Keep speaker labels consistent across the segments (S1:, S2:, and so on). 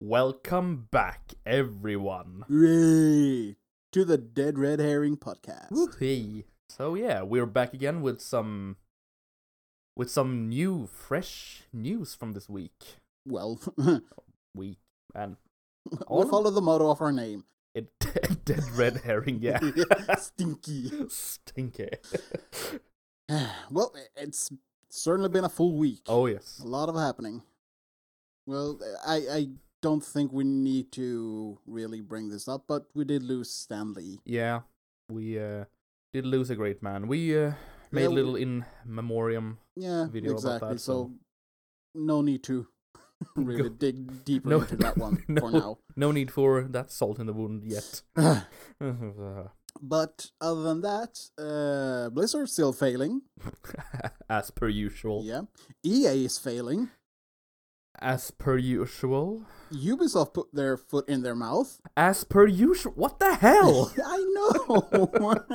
S1: Welcome back, everyone.
S2: Yay! To the Dead Red Herring podcast.
S1: Woohoo! So yeah, we're back again with some with some new fresh news from this week.
S2: Well,
S1: Week and
S2: we'll
S1: All-
S2: follow the motto of our name.
S1: it dead red herring, yeah.
S2: Stinky.
S1: Stinky.
S2: well, it's certainly been a full week.
S1: Oh yes.
S2: A lot of happening. Well, I, I don't think we need to really bring this up, but we did lose Stanley.
S1: Yeah. We uh did lose a great man. We uh made
S2: Yeah,
S1: a
S2: we-
S1: little in memoriam.
S2: Yeah,
S1: Video about
S2: exactly.
S1: that,
S2: so,
S1: so-
S2: no need to really
S1: Go-
S2: dig deeper
S1: No-
S2: into that one
S1: no.
S2: for now.
S1: No need for that salt in the wound yet.
S2: But other than that, uh, Blizzard's still failing.
S1: As per usual.
S2: Yeah, EA is failing.
S1: As per usual.
S2: Ubisoft put their foot in their mouth.
S1: As per usual. What the hell?
S2: I know.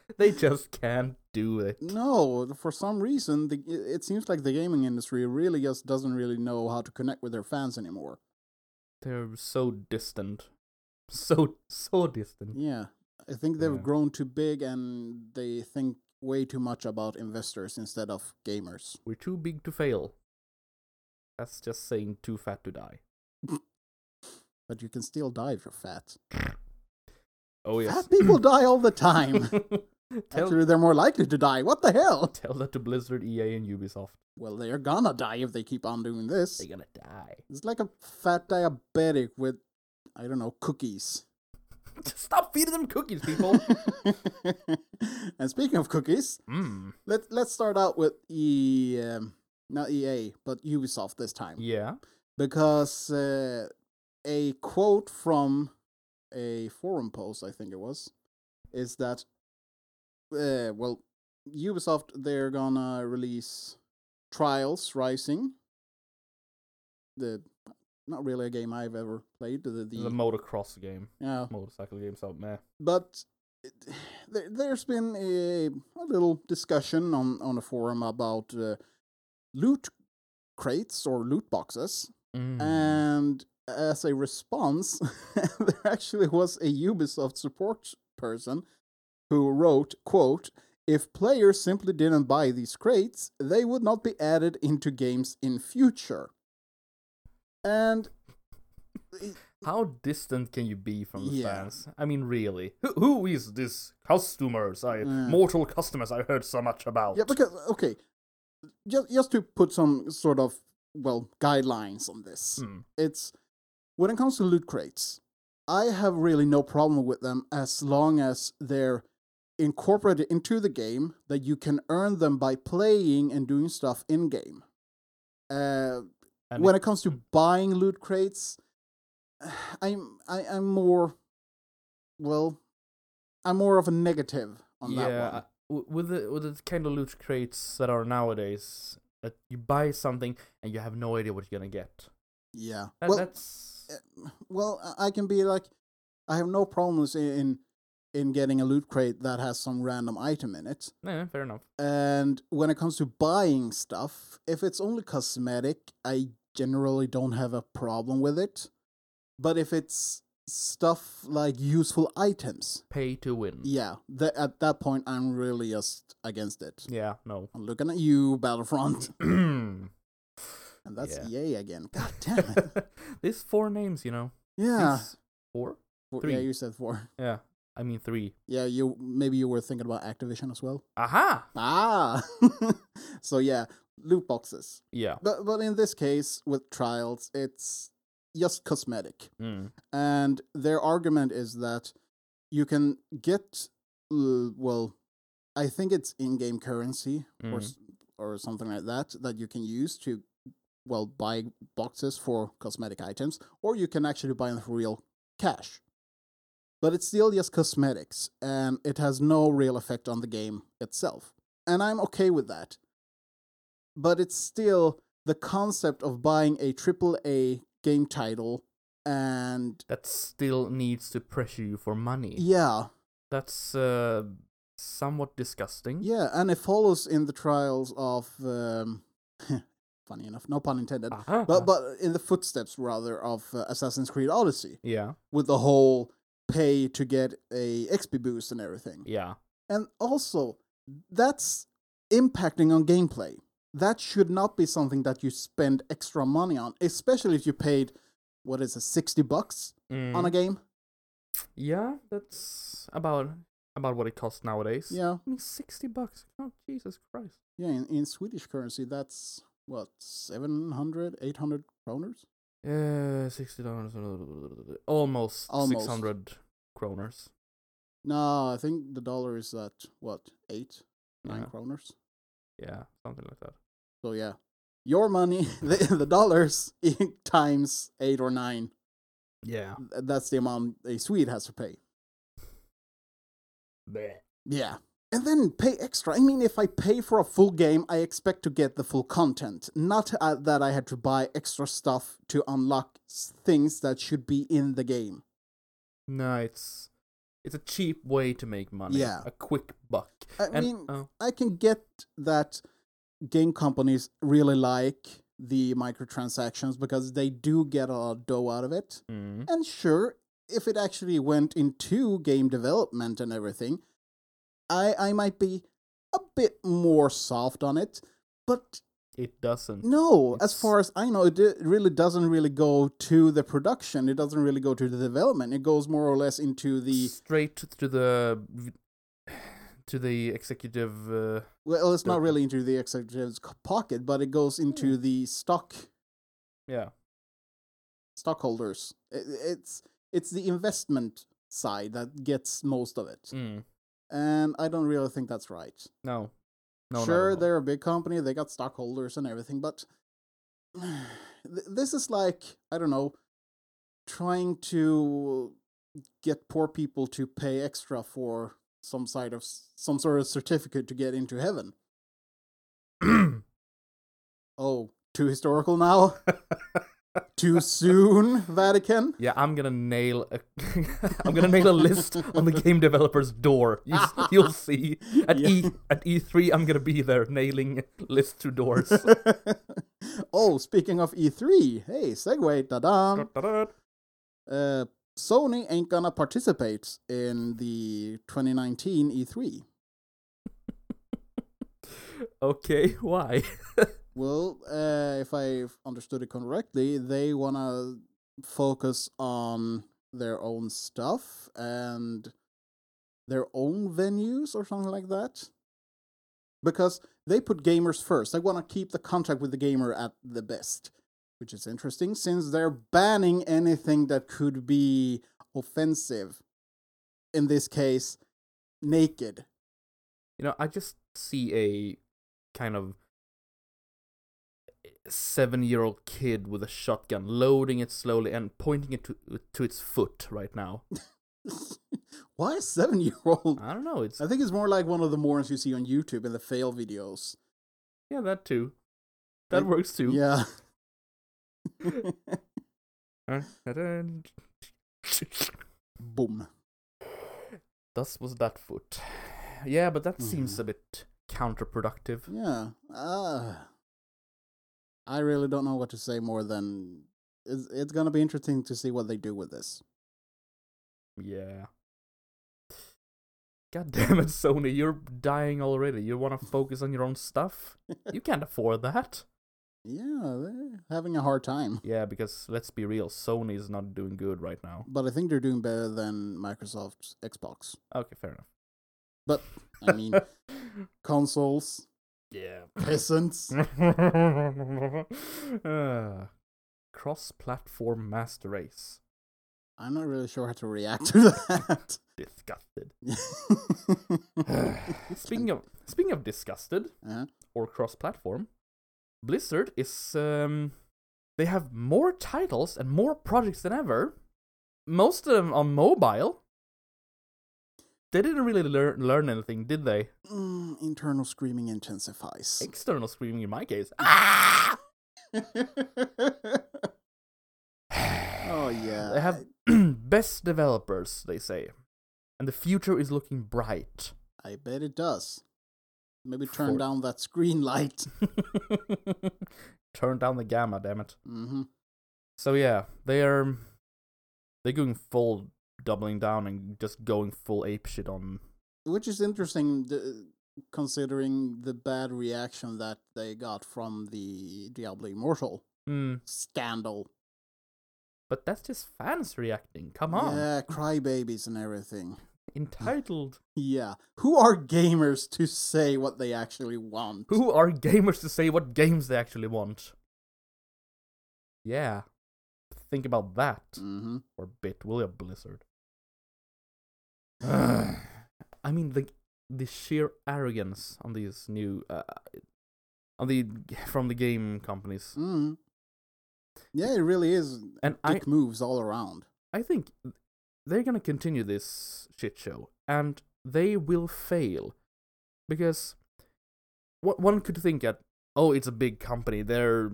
S1: they just can't do it.
S2: no, for some reason, the, it seems like the gaming industry really just doesn't really know how to connect with their fans anymore.
S1: They're so distant. So so distant.
S2: Yeah, I think they've
S1: Yeah.
S2: grown too big and they think way too much about investors instead of gamers.
S1: We're too big to fail. That's just saying too fat to die.
S2: But you can still die if you're fat.
S1: Oh yes.
S2: Fat people die all the time.
S1: tell,
S2: Actually, they're more likely to die. What the hell?
S1: tell that to Blizzard, EA, and Ubisoft.
S2: Well, they're gonna die if they keep on doing this.
S1: They're gonna die.
S2: It's like a fat diabetic with, I don't know, cookies.
S1: Just Stop feeding them cookies, people.
S2: and speaking of cookies,
S1: mm.
S2: let let's start out with E, um, not EA, but Ubisoft this time,
S1: Yeah.
S2: because uh, a quote from a forum post, I think it was, is that, uh, well, Ubisoft they're gonna release Trials Rising. The not really a game I've ever played. The the,
S1: The motocross game.
S2: yeah,
S1: Motorcycle game, so meh.
S2: but it, there, there's been a, a little discussion on on a forum about uh, loot crates or loot boxes,
S1: Mm.
S2: Uh, and as a response, there actually was a Ubisoft support person who wrote, "quote." If players simply didn't buy these crates, they would not be added into games in future. And
S1: How distant can you be from the
S2: Yeah.
S1: fans? I mean, really. Who, who is this customers? I
S2: Mm.
S1: mortal customers I heard so much about.
S2: Yeah, because okay, just just to put some sort of well guidelines on this,
S1: Hmm.
S2: it's when it comes to loot crates, I have really no problem with them as long as they're incorporated into the game that you can earn them by playing and doing stuff in game. Uh,
S1: And
S2: when
S1: it- Hmm.
S2: it comes to buying loot crates, I'm I, I'm more well, I'm more of a negative on
S1: yeah,
S2: that one.
S1: I- w- with the with the kind of loot crates that are nowadays, that you buy something and you have no idea what you're gonna get.
S2: Yeah,
S1: That,
S2: well, uh,
S1: that's
S2: well I- i can be like i have no problems i- in in getting a loot crate that has some random item in it
S1: yeah, fair enough.
S2: and when it comes to buying stuff if it's only cosmetic i generally don't have a problem with it but if it's stuff like useful items
S1: Pay to win.
S2: yeah that at that point i'm really just against it
S1: Yeah, no.
S2: i'm looking at you battlefront and that's
S1: Yeah.
S2: EA again god damn it
S1: There's four names, you know.
S2: yeah
S1: These Four?
S2: Four- yeah
S1: three.
S2: you said four
S1: Yeah. I mean three.
S2: yeah you maybe you were thinking about activision as well
S1: Aha.
S2: Ah, so yeah, loot boxes.
S1: Yeah.
S2: But but in this case with trials, it's just cosmetic,
S1: Mm.
S2: and their argument is that you can get uh, well, I think it's in-game currency or
S1: Mm.
S2: s- or something like that that you can use to well buy boxes for cosmetic items, or you can actually buy them for real cash. But it's still just cosmetics, and it has no real effect on the game itself. And I'm okay with that. But it's still the concept of buying a triple A game title, and
S1: That still needs to pressure you for money.
S2: yeah,
S1: That's uh, somewhat disgusting.
S2: Yeah, and it follows in the trials of um, funny enough, no pun intended.
S1: Uh-huh.
S2: But but in the footsteps rather of uh, Assassin's Creed Odyssey
S1: yeah,
S2: with the whole pay to get a XP boost and everything.
S1: yeah,
S2: And also, that's impacting on gameplay. That should not be something that you spend extra money on, especially if you paid what is it, 60 bucks
S1: Mm,
S2: on a game?
S1: yeah. That's about about what it costs nowadays.
S2: Yeah.
S1: I mean, sixty bucks. Oh, Jesus Christ.
S2: Yeah, in, in Swedish currency that's what 700 800 kroners?
S1: Uh, sixty dollars. uh, Almost,
S2: Almost.
S1: six hundred kroners.
S2: No, I think the dollar is at what? 8 9
S1: Yeah.
S2: kroners.
S1: Yeah, something like that.
S2: So yeah. Your money, the, the dollars times 8 or 9.
S1: Yeah.
S2: Th- That's the amount a Swede has to pay. Yeah. And then pay extra. I mean, if I pay for a full game, I expect to get the full content. Not uh, that I had to buy extra stuff to unlock s- things that should be in the game.
S1: No, it's it's a cheap way to make money.
S2: Yeah.
S1: A quick buck.
S2: I
S1: And-
S2: mean,
S1: oh,
S2: I can get that game companies really like the microtransactions because they do get a lot of dough out of it.
S1: mm,
S2: And sure, if it actually went into game development and everything, I I might be a bit more soft on it. But
S1: it doesn't.
S2: no, as
S1: It's-
S2: far as I know, it di- really doesn't really go to the production. It doesn't really go to the development. It goes more or less into the
S1: straight to the v- to the executive. Uh,
S2: well, it's not
S1: Okay.
S2: really into the executive's c- pocket, but it goes into the stock
S1: yeah.
S2: stockholders. I- I- It's it's the investment side that gets most of it,
S1: Mm,
S2: and I don't really think that's right.
S1: no. No. not at
S2: sure,
S1: all.
S2: they're a big company, they got stockholders and everything, but th- this is like, I don't know, trying to get poor people to pay extra for some side of s- some sort of certificate to get into heaven. Oh, too historical now? too soon, Vatican?
S1: Yeah, I'm gonna nail a I'm gonna nail a list on the game developer's door. You, s- you'll see. At
S2: Yeah.
S1: E at E3, I'm gonna be there nailing list to doors.
S2: oh, speaking of E3, hey, segue, da da. Uh, Sony ain't gonna participate in the E 2019 E3.
S1: okay, why?
S2: Well, uh, if I understood it correctly, they wanna focus on their own stuff and their own venues or something like that. Because they put gamers first. They wanna keep the contact with the gamer at the best, which is interesting since they're banning anything that could be offensive. In this case, naked.
S1: You know, I just see a kind of seven-year-old kid with a shotgun, loading it slowly and pointing it to to its foot right now.
S2: Why a seven year old?
S1: I don't know. It's
S2: I think it's more like one of the morons you see on YouTube in the fail videos.
S1: yeah, that too. That
S2: Like,
S1: works too.
S2: Yeah. Boom.
S1: Thus was that foot. Yeah, but that seems a bit counterproductive.
S2: Yeah. Uh, I really don't know what to say more than it's, it's going to be interesting to see what they do with this.
S1: Yeah. God damn it, Sony, you're dying already. You want to focus on your own stuff? You can't afford that.
S2: Yeah, they're having a hard time.
S1: Yeah, because let's be real, Sony is not doing good right now.
S2: But I think they're doing better than Microsoft's Xbox.
S1: Okay, fair enough.
S2: But, I mean, consoles,
S1: Yeah. Hmm?
S2: peasants.
S1: Ah, cross-platform master race.
S2: I'm not really sure how to react to that.
S1: Disgusted. speaking of speaking of disgusted,
S2: Uh-huh.
S1: or cross platform. Blizzard is um they have more titles and more projects than ever. Most of them on mobile. They didn't really learn learn anything, did they?
S2: Mm, internal screaming intensifies.
S1: External screaming in my case. Ah!
S2: oh yeah.
S1: They have best developers, they say. And the future is looking bright.
S2: I bet it does. Maybe turn
S1: For-
S2: down that screen light.
S1: Turn down the gamma, damn it.
S2: hmm
S1: So yeah, they are they're going full doubling down and just going full ape shit on
S2: Which is interesting, the, considering the bad reaction that they got from the Diablo Immortal
S1: mm,
S2: scandal.
S1: but that's just fans reacting. Come on.
S2: Yeah, crybabies and everything.
S1: Entitled.
S2: Yeah. Who are gamers to say what they actually want?
S1: Who are gamers to say what games they actually want? Yeah. Think about that.
S2: hmm
S1: Or bit, will you, Blizzard? I mean, the the sheer arrogance on these new uh, on the from the game companies,
S2: Mm. Yeah, it really is.
S1: and I
S2: Dick moves all around.
S1: I think they're gonna continue this shit show, and they will fail because wha- one could think that oh, it's a big company, they're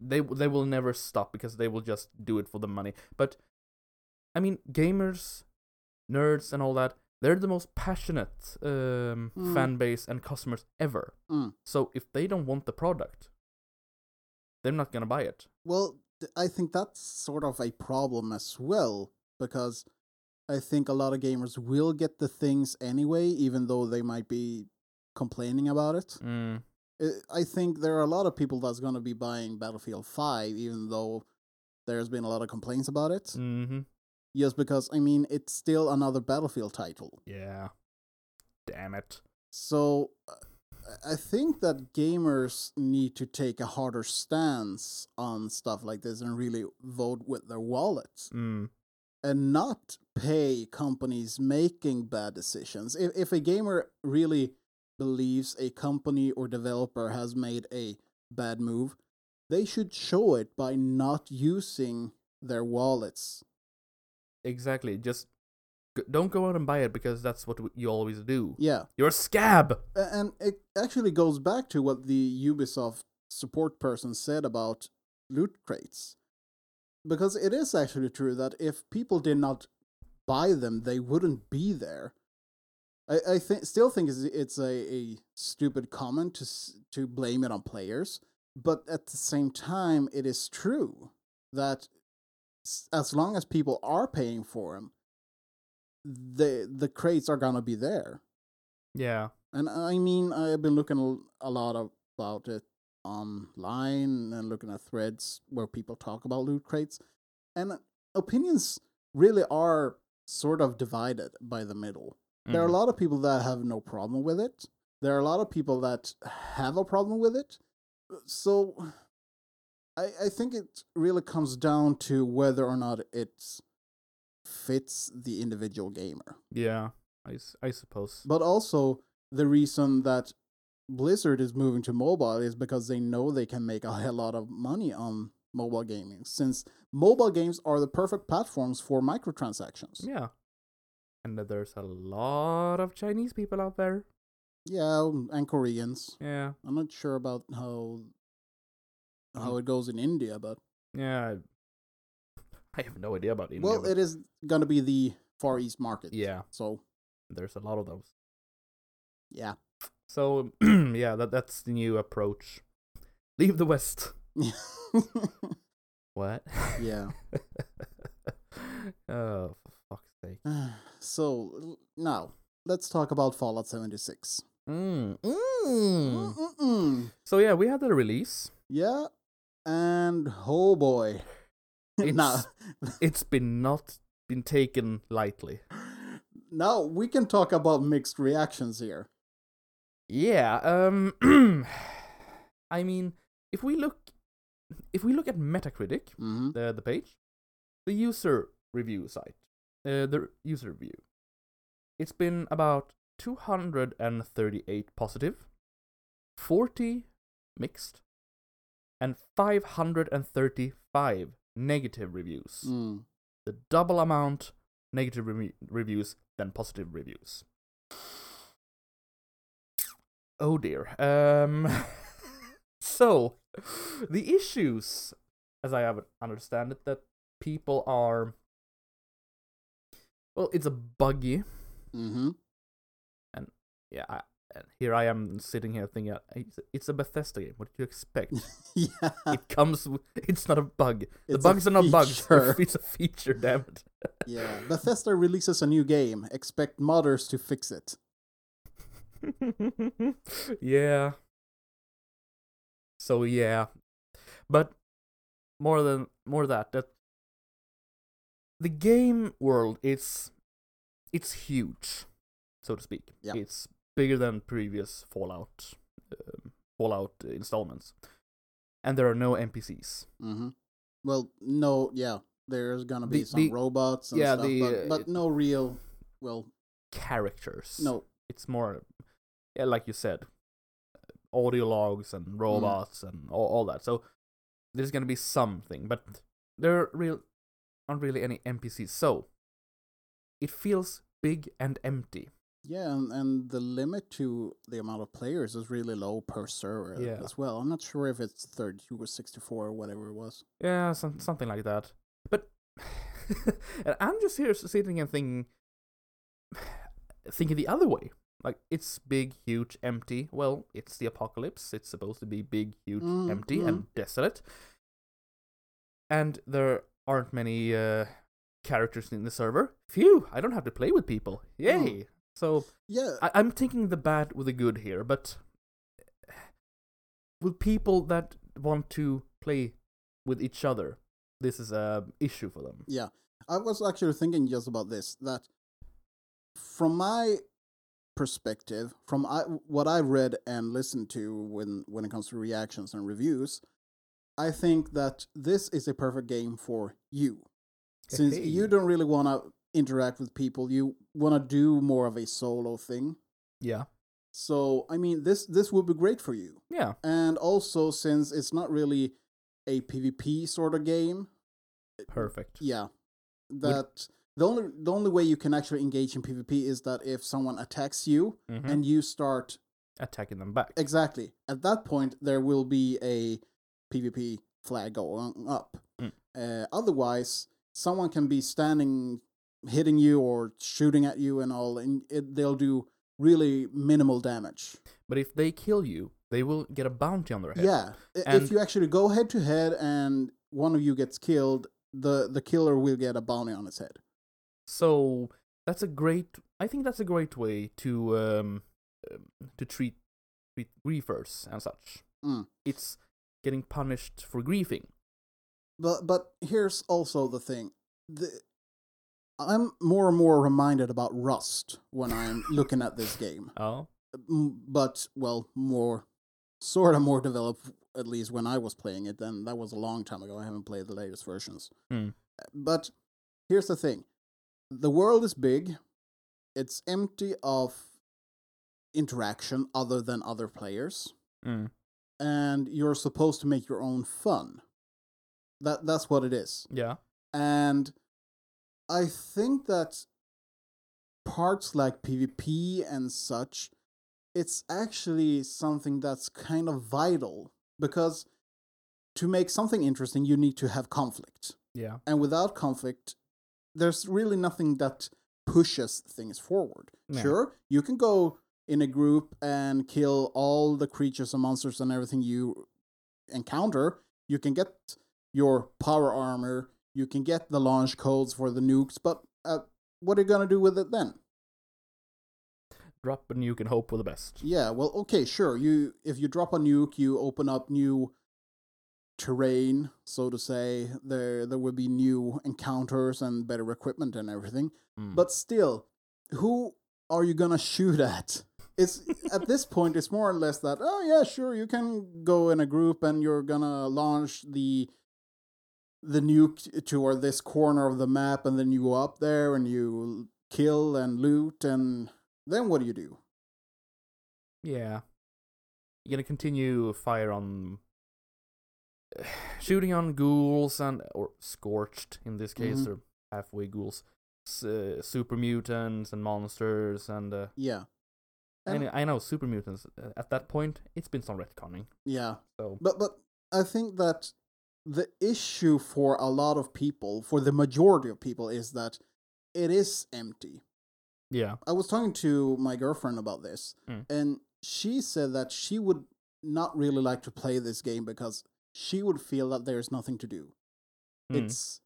S1: they they will never stop because they will just do it for the money. But I mean, gamers, nerds, and all that. They're the most passionate um,
S2: Mm.
S1: fan base and customers ever.
S2: Mm.
S1: So if they don't want the product, they're not gonna buy it.
S2: Well, th- I think that's sort of a problem as well because I think a lot of gamers will get the things anyway, even though they might be complaining about it.
S1: Mm.
S2: I- I think there are a lot of people that's going to be buying Battlefield 5, even though there's been a lot of complaints about it.
S1: Mm-hmm.
S2: Just because, I mean, it's still another Battlefield title.
S1: Yeah. Damn it.
S2: So uh, I I think that gamers need to take a harder stance on stuff like this and really vote with their wallets
S1: Mm.
S2: and not pay companies making bad decisions. If if a gamer really believes a company or developer has made a bad move, they should show it by not using their wallets.
S1: Exactly. Just g- don't go out and buy it because that's what w- you always do.
S2: Yeah.
S1: You're a scab.
S2: A- and it actually goes back to what the Ubisoft support person said about loot crates. Because it is actually true that if people did not buy them, they wouldn't be there. I, I th- still think it's, it's a, a stupid comment to, s- to blame it on players, but at the same time, it is true that s- as long as people are paying for them, the, the crates are going to be there.
S1: Yeah.
S2: And I mean, I've been looking l- a lot of- about it online and looking at threads where people talk about loot crates, and opinions really are sort of divided by the middle. There are
S1: mm, Mm-hmm.
S2: a lot of people that have no problem with it. There are a lot of people that have a problem with it. So I, I think it really comes down to whether or not it fits the individual gamer
S1: Yeah. I, s- I suppose.
S2: but also the reason that Blizzard is moving to mobile is because they know they can make a hell lot of money on mobile gaming since mobile games are the perfect platforms for microtransactions.
S1: Yeah. And that there's a lot of Chinese people out there.
S2: Yeah, um, and Koreans.
S1: Yeah.
S2: I'm not sure about how how
S1: Mm.
S2: it goes in India, but
S1: Yeah. I have no idea about India.
S2: well,
S1: but
S2: it is going to be the Far East market.
S1: Yeah.
S2: So,
S1: there's a lot of those.
S2: yeah.
S1: So, yeah, that that's the new approach. Leave the West. What?
S2: yeah.
S1: oh, for fuck's sake.
S2: Uh. So, l- now let's talk about Fallout 76.
S1: Mm. Mm.
S2: Mm-mm-mm.
S1: So yeah, we had the release.
S2: Yeah, and oh boy, no,
S1: It's- It's been not been taken lightly.
S2: now we can talk about mixed reactions here.
S1: Yeah. Um. I mean, if we look, if we look at Metacritic,
S2: Mm-hmm.
S1: the the page, the user review site, uh, the user review, it's been about two hundred and thirty eight positive, forty mixed, and five hundred and thirty five negative reviews.
S2: Mm.
S1: the double amount negative re- reviews than positive reviews. Oh dear. Um. so, the issues, as I have it- understand it, that people are. Well, it's a buggy.
S2: Mm-hmm.
S1: Yeah, I, And here I am sitting here thinking, uh, it's a- it's a Bethesda game. What did you expect?
S2: yeah.
S1: it comes. With, it's not a bug. The
S2: It's a
S1: bugs are not bugs. They're
S2: feature.
S1: fe- It's a feature, damn it.
S2: Yeah. Bethesda releases a new game. Expect modders to fix it.
S1: yeah. So yeah, but more than more that that the game world it's it's huge, so to speak.
S2: Yeah.
S1: It's bigger than previous Fallout um, Fallout installments, and there are no NPCs.
S2: hmm Well, no, yeah. There's gonna be
S1: Mm-hmm. The-
S2: some
S1: the-
S2: robots and
S1: yeah,
S2: stuff,
S1: the,
S2: but,
S1: uh,
S2: but no real. Well,
S1: Characters.
S2: no.
S1: it's more yeah, like you said audio logs and robots and all, all that so there's going to be something but there are real aren't really any npcs so it feels big and empty
S2: Yeah, and, and the limit to the amount of players is really low per server
S1: Yeah.
S2: as well. I'm not sure if it's 32 or 64 or whatever it was.
S1: yeah some, something like that but and i'm just here sitting and thinking thinking the other way like it's big huge empty well it's the apocalypse it's supposed to be big huge
S2: Mm,
S1: empty
S2: mm.
S1: and desolate and there aren't many uh, characters in the server phew i don't have to play with people yay so
S2: Yeah,
S1: I- i'm taking the bad with the good here but with people that want to play with each other this is a issue for them
S2: Yeah, I was actually thinking just about this that from my perspective, from I, what I've read and listened to when when it comes to reactions and reviews, I think that this is a perfect game for you. Since you
S1: Hey.
S2: don't really want to interact with people, you want to do more of a solo thing.
S1: yeah
S2: So, I mean, this this would be great for you.
S1: yeah
S2: And also since it's not really a PvP sort of game,
S1: perfect
S2: yeah, that the only the only way you can actually engage in PvP is that if someone attacks you
S1: Mhm.
S2: and you start
S1: attacking them back
S2: exactly at that point there will be a PvP flag going up.
S1: Mm.
S2: Uh, otherwise, someone can be standing, hitting you or shooting at you and all, and it, they'll do really minimal damage.
S1: but if they kill you they will get a bounty on their head
S2: Yeah, i-
S1: And-
S2: if you actually go head to head and one of you gets killed, the the killer will get a bounty on his head.
S1: So that's a great. I think that's a great way to um, um, to treat treat griefers and such.
S2: Mm.
S1: It's getting punished for grieving.
S2: But but here's also the thing. The, I'm more and more reminded about Rust when I'm looking at this game.
S1: Oh,
S2: M- But well, more sort of more developed at least when I was playing it. Then that was a long time ago. I haven't played the latest versions.
S1: Hmm.
S2: But here's the thing. The world is big. It's empty of interaction other than other players
S1: mm.
S2: and you're supposed to make your own fun. That that's what it is.
S1: yeah,
S2: And I think that parts like PvP and such, it's actually something that's kind of vital because to make something interesting you need to have conflict.
S1: yeah,
S2: And without conflict, there's really nothing that pushes things forward.
S1: Yeah.
S2: Sure, you can go in a group and kill all the creatures and monsters and everything you encounter. You can get your power armor, you can get the launch codes for the nukes, but uh, what are you going to do with it then?
S1: drop and you can hope for the best.
S2: Yeah, well, okay, sure. You if you drop a nuke, you open up new terrain, so to say. There there will be new encounters and better equipment and everything.
S1: Mm.
S2: But still, who are you gonna shoot at? It's at this point, it's more or less that. Oh yeah, sure, you can go in a group and you're gonna launch the the nuke toward this corner of the map, and then you go up there and you kill and loot, and then what do you do?
S1: yeah, you're gonna continue fire on. Shooting on ghouls and or scorched in this case,
S2: Mhm.
S1: or halfway ghouls, s- uh, super mutants and monsters and uh,
S2: Yeah.
S1: I
S2: And-
S1: know- I know super mutants. uh, At that point, it's been some retconning.
S2: Yeah,
S1: So
S2: but but I think that the issue for a lot of people, for the majority of people, is that it is empty.
S1: Yeah.
S2: I was talking to my girlfriend about this,
S1: Mm.
S2: and she said that she would not really like to play this game because she would feel that there's nothing to do.
S1: Mm.
S2: It's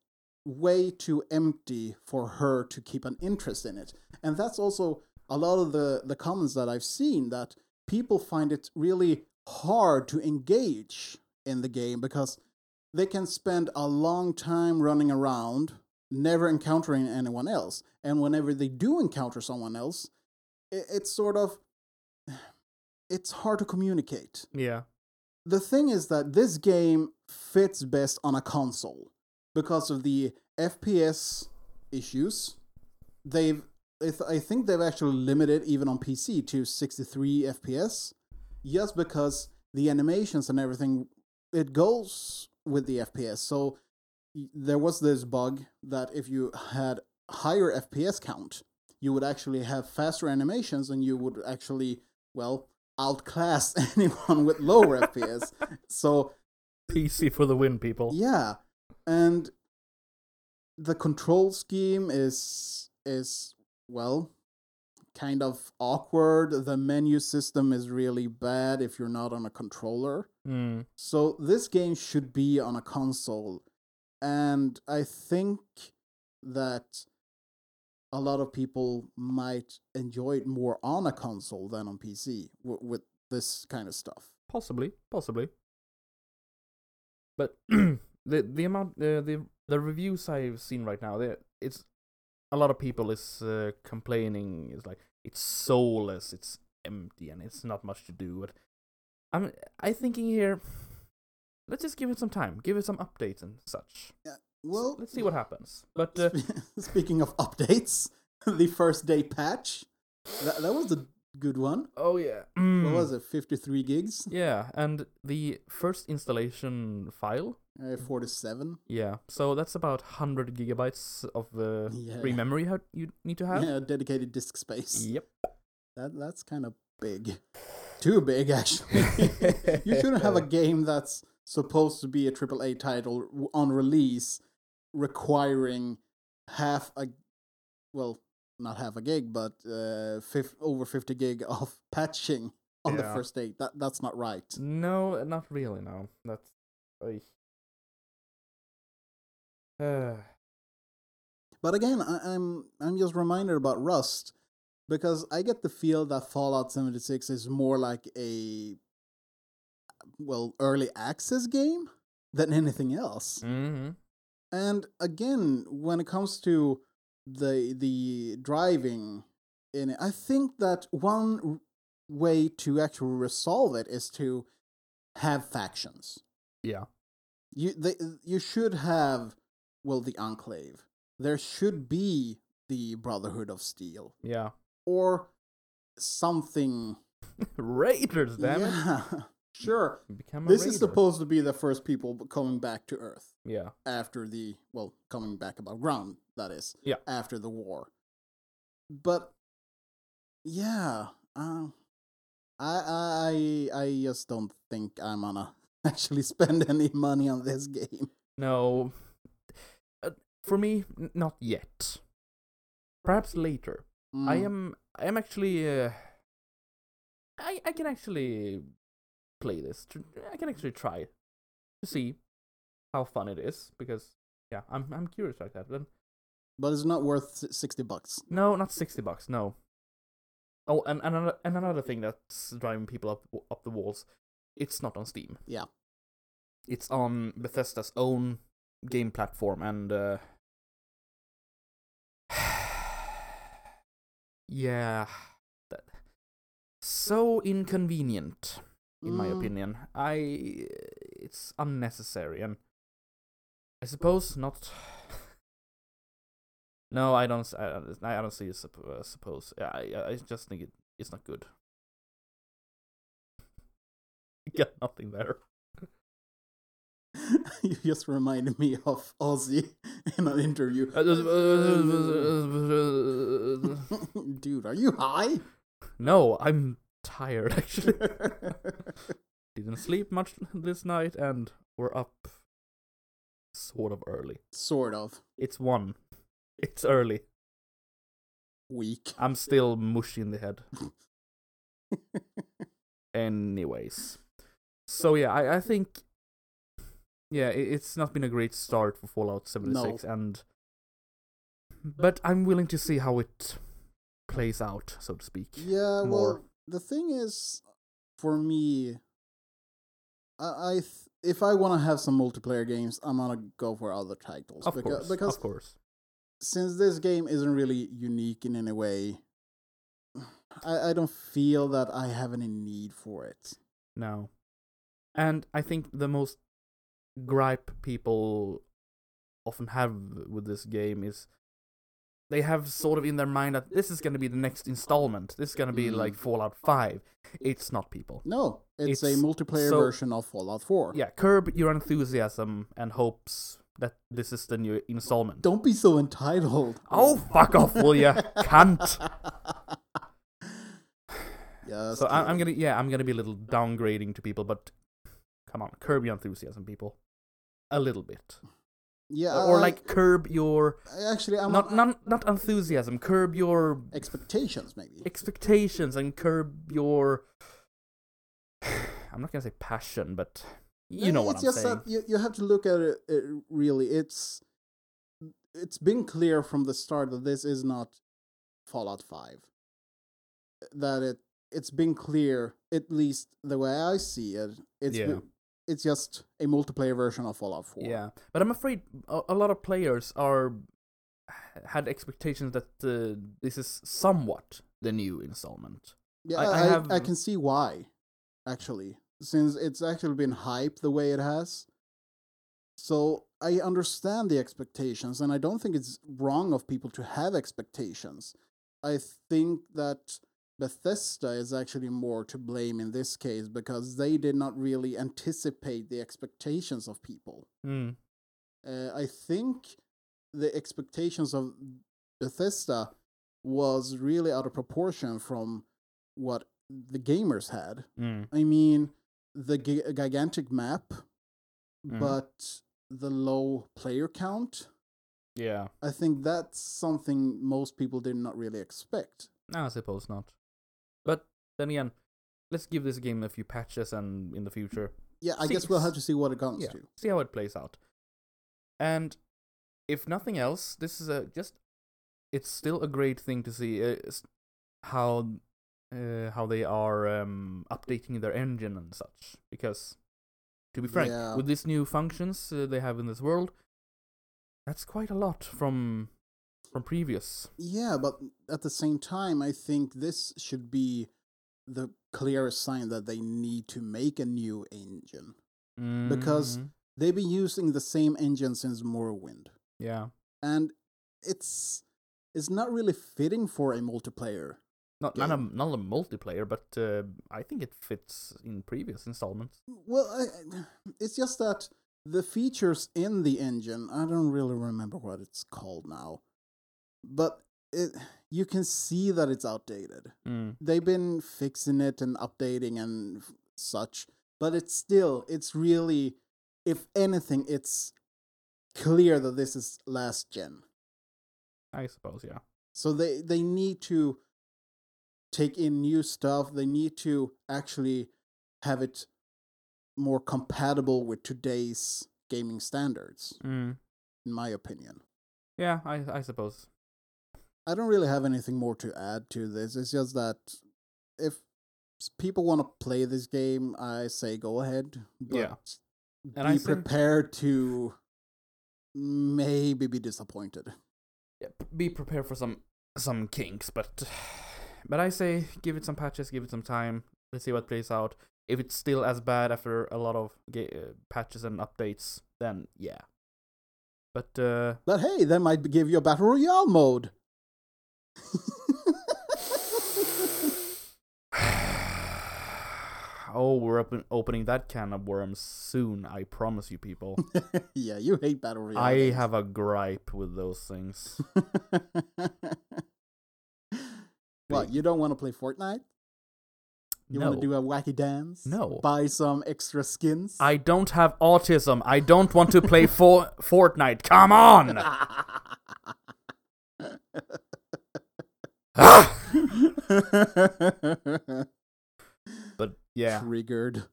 S2: way too empty for her to keep an interest in it. And that's also a lot of the, the comments that I've seen that people find it really hard to engage in the game because they can spend a long time running around, never encountering anyone else. And whenever they do encounter someone else, it, it's sort of it's hard to communicate.
S1: Yeah.
S2: The thing is that this game fits best on a console because of the FPS issues. They've I th- I think they've actually limited even on PC to 63 FPS just because the animations and everything it goes with the FPS. So y- there was this bug that if you had higher FPS count, you would actually have faster animations and you would actually well outclass anyone with lower FPS. So
S1: PC for the win, people.
S2: yeah, and the control scheme is is well kind of awkward. The menu system is really bad if you're not on a controller.
S1: Mm.
S2: So this game should be on a console, and I think that a lot of people might enjoy it more on a console than on PC w- with this kind of stuff.
S1: Possibly. Possibly. But the the amount uh, the the reviews I've seen right now, there it's a lot of people is uh, complaining. It's like it's soulless, it's empty, and it's not much to do. But I'm I thinking here. Let's just give it some time, give it some updates and such.
S2: Well,
S1: Let's see what happens. But uh,
S2: Spe- Speaking of updates, the first day patch. That, that was a good one.
S1: oh yeah,
S2: What was it? 53 gigs?
S1: Yeah, and the first installation file.
S2: Uh, 47?
S1: Yeah, so that's about hundred gigabytes of uh,
S2: Yeah.
S1: free memory how you need to have.
S2: Yeah, dedicated disk space.
S1: Yep.
S2: That That's kind of big. Too big, actually. you shouldn't have a game that's supposed to be a AAA title w- on release requiring half a. Well, not half a gig, but uh, fif- over 50 gig of patching on the
S1: Yeah.
S2: first day. That, that's not right.
S1: No, not really. No, that's. oy. Uh,
S2: But again, I, I'm I'm just reminded about Rust because I get the feel that Fallout 76 is more like a well early access game than anything else.
S1: mm-hmm.
S2: And again, when it comes to the the driving in it, I think that one r- way to actually resolve it is to have factions
S1: Yeah.
S2: you they, you should have well the enclave there should be the brotherhood of steel
S1: Yeah.
S2: or something
S1: Raiders, damn it!
S2: yeah sure
S1: Become a
S2: this is
S1: raider.
S2: supposed to be the first people b- coming back to earth
S1: Yeah.
S2: after the well coming back above ground that is
S1: Yeah.
S2: after the war but yeah uh, I, I i just don't think i'm gonna actually spend any money on this game
S1: No. Uh, for me, n- not yet. Perhaps later. I
S2: Mm.
S1: am I am actually uh, I I can actually play this. tr- I can actually try it to see how fun it is because yeah, I'm I'm curious like that. But
S2: but it's not worth s- 60 bucks.
S1: no, not 60 bucks, no. Oh, and, and another and another thing that's driving people up up the walls, it's not on Steam.
S2: Yeah.
S1: It's on Bethesda's own game platform and uh Yeah. That so inconvenient in my
S2: Mm,
S1: opinion. I it's unnecessary and I suppose not. no, I don't. s- I, don't- I don't see. a supp- uh, suppose Yeah, I I just think it it's not good. Got nothing there.
S2: you just reminded me of Ozzy in an interview.
S1: Uh, uh,
S2: Dude, are you high?
S1: no, I'm tired actually. Didn't sleep much this night, and we're up sort of early.
S2: sort of.
S1: It's one. It's early.
S2: weak.
S1: I'm still mushy in the head. Anyways, so yeah, I, I think yeah, it, it's not been a great start for Fallout 76, and but I'm willing to see how it plays out, so to speak.
S2: Yeah,
S1: more.
S2: well, the thing is, for me, I, I th- if I want to have some multiplayer games, I'm gonna go for other titles
S1: Of
S2: becau-
S1: course,
S2: because
S1: of course.
S2: since this game isn't really unique in any way, I, I don't feel that I have any need for it.
S1: No. And I think the most gripe people often have with this game is they have sort of in their mind that this is going to be the next installment. This is going to be
S2: Mm.
S1: like Fallout 5. It's not, people.
S2: No, it's,
S1: It's-
S2: a multiplayer
S1: so-
S2: version of Fallout 4.
S1: Yeah, curb your enthusiasm and hopes that this is the new installment.
S2: Don't be so entitled.
S1: Oh, fuck off, will ya? Cunt.
S2: Yes.
S1: so I, I'm
S2: kidding.
S1: gonna, yeah, I'm gonna be a little downgrading to people, but come on, curb your enthusiasm, people, a little bit,
S2: Yeah.
S1: or
S2: I-
S1: like curb your
S2: I actually, I'm
S1: not
S2: not,
S1: not not enthusiasm, curb your
S2: expectations maybe.
S1: expectations and curb your. I'm not gonna say passion, but you know what I'm
S2: it's just
S1: saying.
S2: that you, you have to look at it, it really it's it's been clear from the start that this is not fallout 5 that it it's been clear at least the way i see it it's
S1: Yeah.
S2: been- it's just a multiplayer version of fallout 4
S1: Yeah, but I'm afraid a, a lot of players are had expectations that uh, this is somewhat the new installment.
S2: yeah
S1: I-
S2: I,
S1: I
S2: I,
S1: have-
S2: I can see why actually since it's actually been hyped the way it has so i understand the expectations and i don't think it's wrong of people to have expectations i think that bethesda is actually more to blame in this case because they did not really anticipate the expectations of people
S1: Mm.
S2: uh, I think the expectations of Bethesda was really out of proportion from what the gamers had.
S1: Mm.
S2: I mean, the gi- gigantic map,
S1: Mhm.
S2: but the low player count.
S1: Yeah,
S2: I think that's something most people did not really expect.
S1: no, I suppose not. But then again, let's give this game a few patches, and in the future,
S2: Yeah, I guess we'll
S1: Six.
S2: have to see what it comes
S1: yeah,
S2: to.
S1: see how it plays out. And if nothing else, this is a just. It's still a great thing to see uh, s- how uh, how they are um, updating their engine and such. Because, to be frank,
S2: Yeah.
S1: with these new functions uh, they have in this world, that's quite a lot from from previous.
S2: Yeah, but at the same time, I think this should be the clearest sign that they need to make a new engine. Because-
S1: Mhm.
S2: they've been using the same engine since Morrowind,
S1: yeah,
S2: and it's it's not really fitting for a multiplayer.
S1: not not a,
S2: game.
S1: not a multiplayer, but uh, I think it fits in previous installments.
S2: Well, I, I- it's just that the features in the engine, I don't really remember what it's called now, but it you can see that it's outdated.
S1: Mm.
S2: They've been fixing it and updating and f- such, but it's still it's really if anything it's clear that this is last gen.
S1: I suppose, yeah.
S2: So they they need to take in new stuff. They need to actually have it more compatible with today's gaming standards,
S1: Mm.
S2: in my opinion.
S1: Yeah, I I suppose.
S2: I don't really have anything more to add to this. It's just that if s- people want to play this game, I say go ahead. But
S1: Yeah.
S2: be
S1: I say-
S2: prepared to maybe be disappointed.
S1: Yeah, p- be prepared for some some kinks, but but I say give it some patches, give it some time. Let's see what plays out. If it's still as bad after a lot of ga- uh, patches and updates, then yeah. But uh
S2: But hey, that might give you a battle royale mode.
S1: oh, we're open- opening that can of worms soon. I promise you, people.
S2: yeah, you hate battle royale.
S1: I
S2: games.
S1: have a gripe with those things.
S2: what you don't want to play Fortnite? You
S1: no,
S2: want to do a wacky dance?
S1: No.
S2: Buy some extra skins.
S1: I don't have autism. I don't want to play for- Fortnite. Come on. but yeah,
S2: Triggered.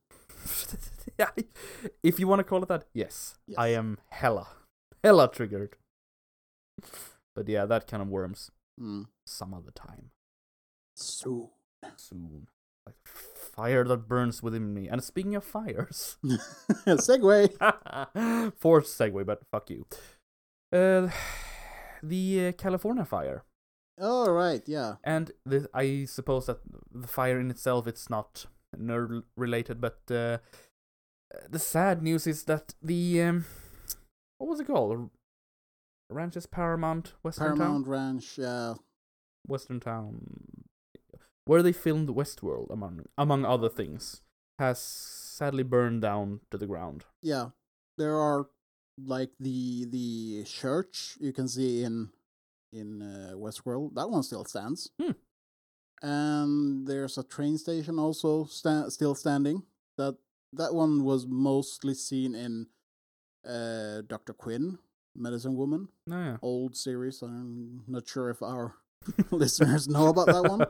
S1: if you want to call it that, yes, I
S2: Yes.
S1: am hella, hella triggered. But yeah, that kind of worms
S2: Mm.
S1: some other time
S2: So.
S1: soon. Like fire that burns within me. And speaking of fires,
S2: Segway.
S1: forced segue, but fuck you. Uh, the uh, California fire,
S2: All right. Yeah.
S1: and the, I suppose that the fire in itself it's not nerd related, but uh, the sad news is that the um, what was it called? Ranches Paramount Western Town,
S2: Paramount Ranch. Uh,
S1: Western Town, where they filmed Westworld among among other things, has sadly burned down to the ground.
S2: yeah. There are like the the church you can see in in uh, Westworld. That one still stands.
S1: Hmm.
S2: And there's a train station also sta- still standing. That that one was mostly seen in uh, Doctor Quinn, Medicine Woman,
S1: Oh, yeah.
S2: old series. I'm not sure if our listeners know about that one.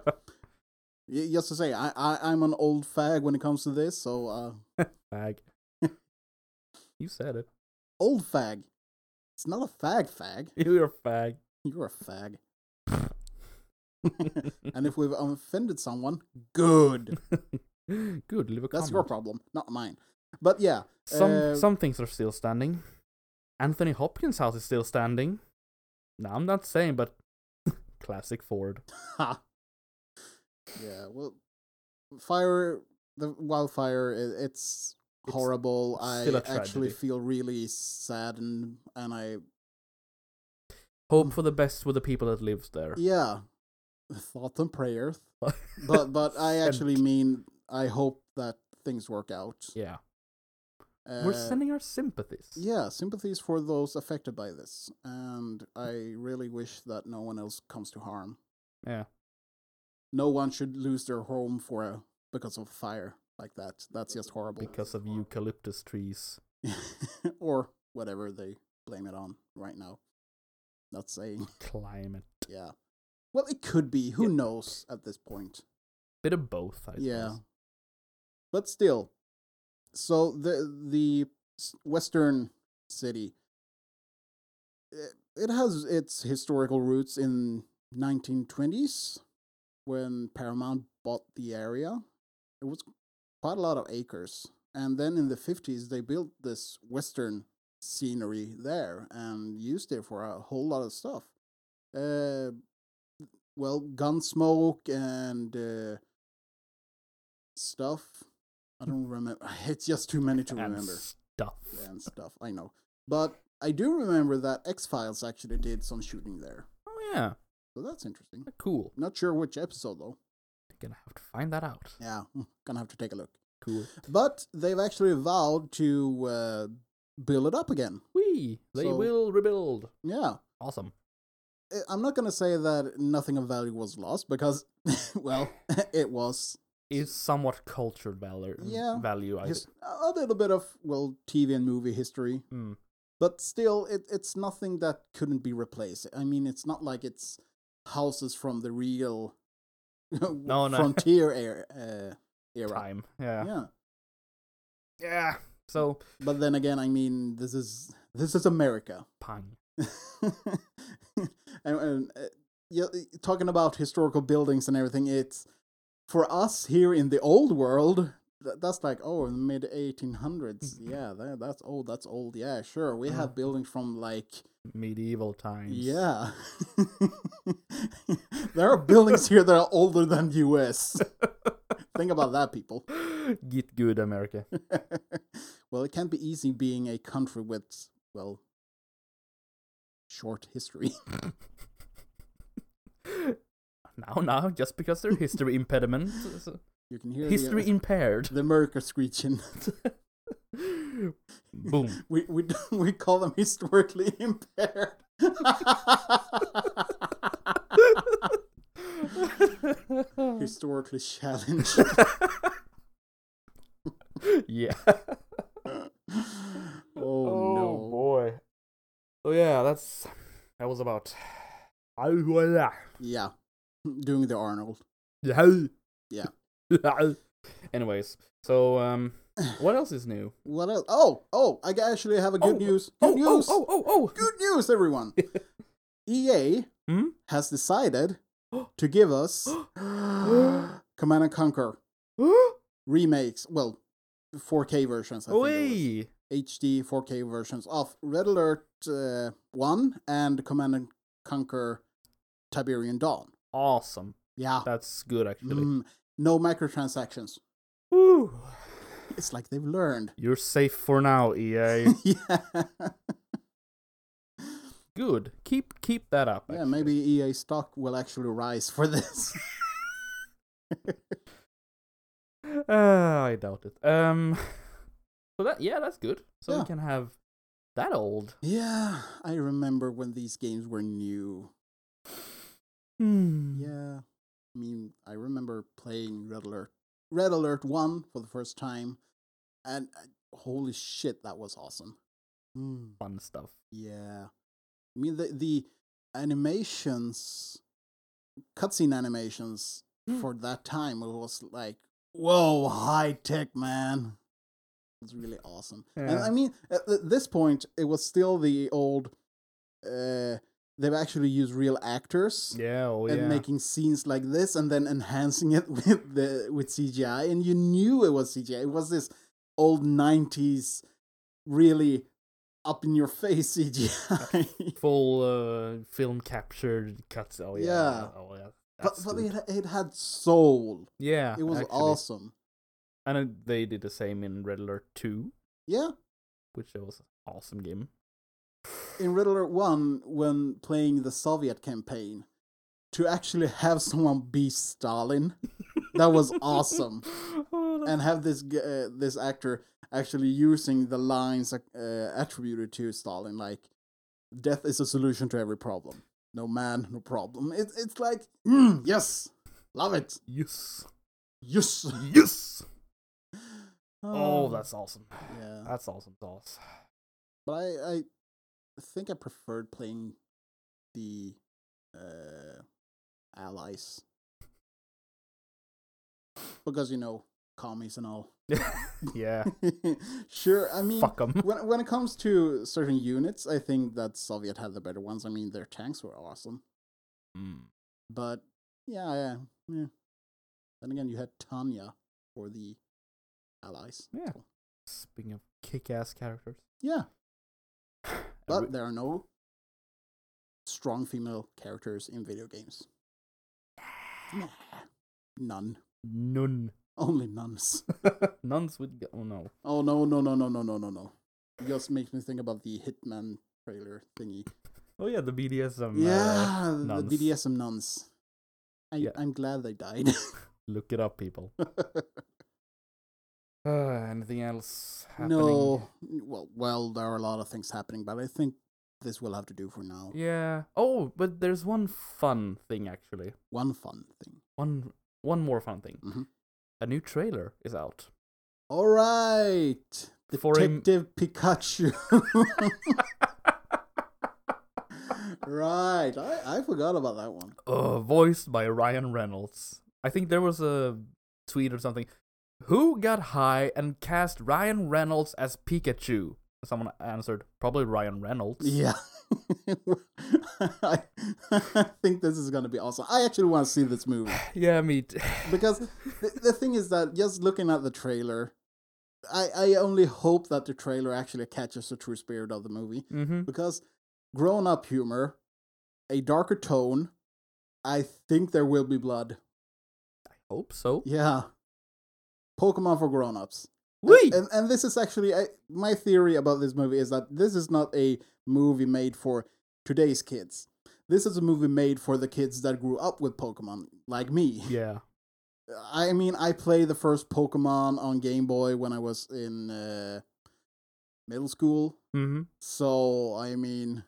S2: Y- Just to say, I, I I'm an old fag when it comes to this. So uh,
S1: Fag. you said it.
S2: old fag. It's not a fag fag.
S1: You're a fag.
S2: You're a fag. and if we've offended someone, good.
S1: Good, leave a
S2: That's your
S1: comment.
S2: problem, not mine. But yeah,
S1: Some
S2: uh,
S1: some things are still standing. Anthony Hopkins' house is still standing. Now I'm not saying, but classic Ford.
S2: yeah. Well, fire the wildfire. i it's
S1: It's
S2: horrible.
S1: still a
S2: I actually
S1: tragedy.
S2: feel really sad and and I
S1: Hope for the best with the people that lives there.
S2: yeah, thoughts and prayers. But but I actually mean I hope that things work out.
S1: yeah,
S2: Uh,
S1: we're sending our sympathies.
S2: Yeah, sympathies for those affected by this, and I really wish that no one else comes to harm.
S1: Yeah.
S2: No one should lose their home for a because of fire like that. That's just horrible.
S1: because of eucalyptus trees.
S2: or whatever they blame it on right now. Not saying.
S1: Climate,
S2: Yeah. Well, it could be. Who
S1: Yeah.
S2: knows at this point?
S1: bit of both. I
S2: Yeah.
S1: suppose.
S2: But still, so the the s- western city i- it has its historical roots in 1920s when Paramount bought the area. It was quite a lot of acres. And then in the 50s they built this western scenery there and used it for a whole lot of stuff. Uh well, gunsmoke and uh, stuff. I don't remember. It's just too many to
S1: and
S2: remember
S1: stuff.
S2: and stuff. I know, but I do remember that X Files actually did some shooting there,
S1: Oh yeah,
S2: so that's interesting.
S1: cool.
S2: Not sure which episode though.
S1: Gonna have to find that out.
S2: Yeah, gonna have to take a look.
S1: Cool.
S2: But they've actually vowed to uh, build it up again.
S1: We they
S2: So-
S1: will rebuild.
S2: Yeah,
S1: Awesome.
S2: I- I'm not gonna say that nothing of value was lost because, well, it was
S1: Is somewhat cultured valor.
S2: Yeah,
S1: Value. I.
S2: his- a little bit of well TV and movie history
S1: Mm,
S2: but still it, it's nothing that couldn't be replaced i mean it's not like it's houses from the real
S1: No, no.
S2: frontier era, uh, era.
S1: time. Yeah. yeah.
S2: yeah
S1: So
S2: but then again i mean this is this is america
S1: pang.
S2: and, and, uh, yeah, uh, talking about historical buildings and everything it's for us here in the old world tha- that's like oh in the mid 1800s yeah that, that's old that's old yeah sure we
S1: Yeah.
S2: have buildings from like
S1: Medieval times.
S2: Yeah. there are buildings here that are older than US. Think about that, people.
S1: Get good, America.
S2: well, it can't be easy being a country with, well, short history.
S1: now, now, just because they're history impediment, s- s-
S2: You can hear
S1: history
S2: the, uh,
S1: impaired.
S2: the America screeching.
S1: Boom.
S2: We, we, we call them historically impaired. historically challenged.
S1: yeah.
S2: oh, no.
S1: Oh, boy. Oh, So yeah, that's that was about.
S2: Yeah. doing the Arnold.
S1: Yeah.
S2: Yeah.
S1: Anyways, so um, what else is new?
S2: What else? Oh, oh, I g- actually have a good
S1: Oh,
S2: news. Good
S1: Oh, oh,
S2: news.
S1: oh, oh, oh.
S2: Good news, everyone. EA
S1: Hmm?
S2: has decided to give us Command and Conquer remakes. Well, 4K versions. I think it was.
S1: Oi.
S2: HD 4K versions of Red Alert uh, 1 and Command and Conquer Tiberian Dawn.
S1: Awesome.
S2: Yeah.
S1: That's good actually.
S2: Mm, no microtransactions.
S1: Woo.
S2: It's like they've learned.
S1: You're safe for now, E EA.
S2: yeah.
S1: good. Keep keep that up.
S2: yeah,
S1: actually.
S2: maybe EA stock will actually rise for this.
S1: Uh, I doubt it. Um. So that yeah, that's good. So
S2: Yeah.
S1: we can have that old.
S2: yeah, I remember when these games were new.
S1: Hmm.
S2: Yeah. I mean, I remember playing Red Alert Red Alert 1 for the first time and uh, holy shit, that was awesome. Mm.
S1: Fun stuff.
S2: Yeah. I mean the the animations cutscene animations
S1: Mm.
S2: for that time it was like whoa high tech man. It's really awesome. And
S1: Yeah.
S2: I mean at th- this point it was still the old uh they've actually used real actors
S1: Yeah. Oh yeah.
S2: and making scenes like this and then enhancing it with the with CGI and you knew it was CGI. It was this old 90s really up in your face CGI.
S1: Full uh, film captured cuts. Oh yeah.
S2: Yeah.
S1: Oh yeah.
S2: but
S1: That's
S2: but
S1: good.
S2: it, it had soul.
S1: yeah,
S2: It was
S1: Uh, actually.
S2: awesome.
S1: And uh, they did the same in Red Alert Two,
S2: Yeah.
S1: which was an awesome game.
S2: In Red Alert 1 when playing the Soviet campaign to actually have someone be Stalin that was awesome.
S1: Oh, that's-
S2: and have this g- uh, this actor actually using the lines uh, uh, attributed to Stalin, like "death is a solution to every problem, no man, no problem." It's it's like mm, yes, love it,
S1: yes,
S2: yes. Um,
S1: yes. Oh, that's awesome.
S2: yeah.
S1: That's awesome sauce.
S2: But I I think I preferred playing the uh, allies because you know commies and all.
S1: yeah.
S2: sure, I mean.
S1: Fuck 'em.
S2: when when it comes to certain units, I think that Soviet had the better ones. I mean, their tanks were awesome, Hmm.
S1: Mm.
S2: but yeah, yeah, yeah. Then again, you had Tanya for the Allies.
S1: Yeah.
S2: so-
S1: Speaking of kick-ass characters,
S2: yeah.
S1: Every-
S2: But there are no strong female characters in video games. Nah, None.
S1: none,
S2: Only nuns.
S1: nuns with gu- oh no,
S2: oh no no no no no no no no. It just makes me think about the Hitman trailer thingy.
S1: oh yeah, the BDSM. uh,
S2: Yeah,
S1: nuns.
S2: the BDSM nuns. I,
S1: Yeah.
S2: I'm glad they died.
S1: look it up, people. Uh, anything else happening?
S2: no, well, well, there are a lot of things happening, but I think this will have to do for now.
S1: Yeah. Oh, but there's one fun thing actually.
S2: One fun thing.
S1: One one more fun thing.
S2: Mhm.
S1: A new trailer is out.
S2: All right,
S1: For a m-
S2: Detective Pikachu. right, I, I forgot about that one.
S1: uh, voiced by Ryan Reynolds. I think there was a tweet or something. Who got high and cast Ryan Reynolds as Pikachu? Someone answered, probably Ryan Reynolds.
S2: Yeah. I, I think this is going to be awesome. I actually want to see this movie.
S1: yeah, me. T-
S2: because the, the thing is that just looking at the trailer I, I only hope that the trailer actually catches the true spirit of the movie
S1: mm-hmm.
S2: because grown up humor a darker tone i think there will be blood
S1: Hope so.
S2: yeah pokemon for grown ups
S1: Wait.
S2: and, and this is actually I, my theory about this movie is that this is not a movie made for today's kids this is a movie made for the kids that grew up with pokemon like me
S1: yeah.
S2: I mean, I played the first Pokemon on Game Boy when I was in uh, middle school.
S1: Mm-hmm.
S2: So I mean,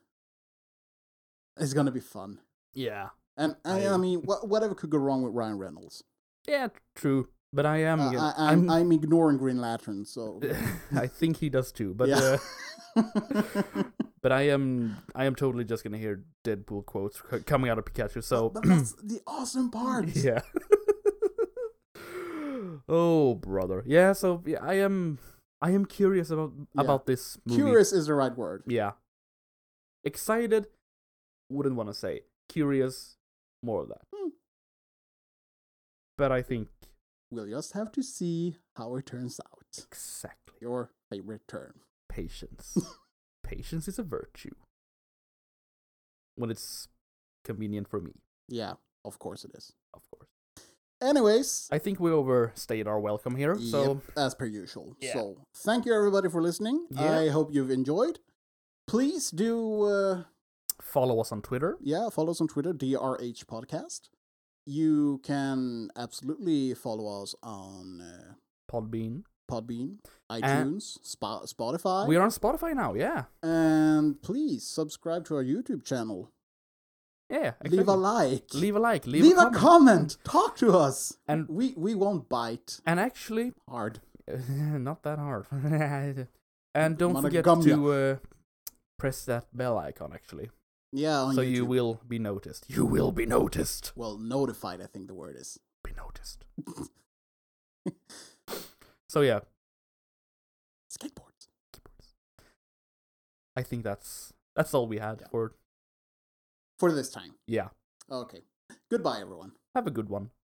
S2: it's gonna be fun.
S1: Yeah.
S2: And I, I
S1: I-
S2: mean, wha- whatever could go wrong with Ryan Reynolds?
S1: Yeah. True. but I am.
S2: Uh,
S1: get-
S2: I,
S1: I'm-
S2: I'm, I'm ignoring Green Lantern, so
S1: I think he does too, but
S2: yeah.
S1: uh, but I am I am totally just gonna hear Deadpool quotes c- coming out of Pikachu. So
S2: but that's the awesome part.
S1: oh, yeah. oh brother, yeah. So yeah, I am I am curious about
S2: Yeah.
S1: about this movie.
S2: Curious is the right word.
S1: Yeah. Excited, wouldn't want to say. Curious, more of that.
S2: Hmm.
S1: But I think
S2: We'll just have to see how it turns out.
S1: exactly.
S2: Your favorite term.
S1: patience. patience is a virtue. When it's convenient for me,
S2: Yeah, of course it is.
S1: of course.
S2: Anyways,
S1: I think we overstayed our welcome here. So
S2: Yep, as per usual.
S1: Yeah.
S2: So, thank you everybody for listening.
S1: Yeah.
S2: I hope you've enjoyed. Please do, uh,
S1: follow us on Twitter.
S2: yeah, follow us on Twitter, DRH Podcast. You can absolutely follow us on uh,
S1: Podbean.
S2: Podbean, iTunes, Spo- Spotify,
S1: We are on Spotify now. Yeah.
S2: and please subscribe to our YouTube channel.
S1: Yeah.
S2: Leave a
S1: exactly.
S2: like.
S1: leave a like. Leave,
S2: Leave, a, comment. Talk to us.
S1: And-
S2: we we won't bite
S1: And actually,
S2: hard.
S1: not that hard. and don't forget
S2: Monogamia.
S1: to uh, press that bell icon, actually.
S2: Yeah, on
S1: so you
S2: YouTube.
S1: will be noticed. You will be noticed.
S2: well notified. I think the word is.
S1: Be noticed. so yeah,
S2: Skateboards.
S1: keyboards. I think that's that's all we had
S2: Yeah.
S1: for
S2: For this time.
S1: yeah.
S2: Okay. Goodbye, everyone.
S1: Have a good one.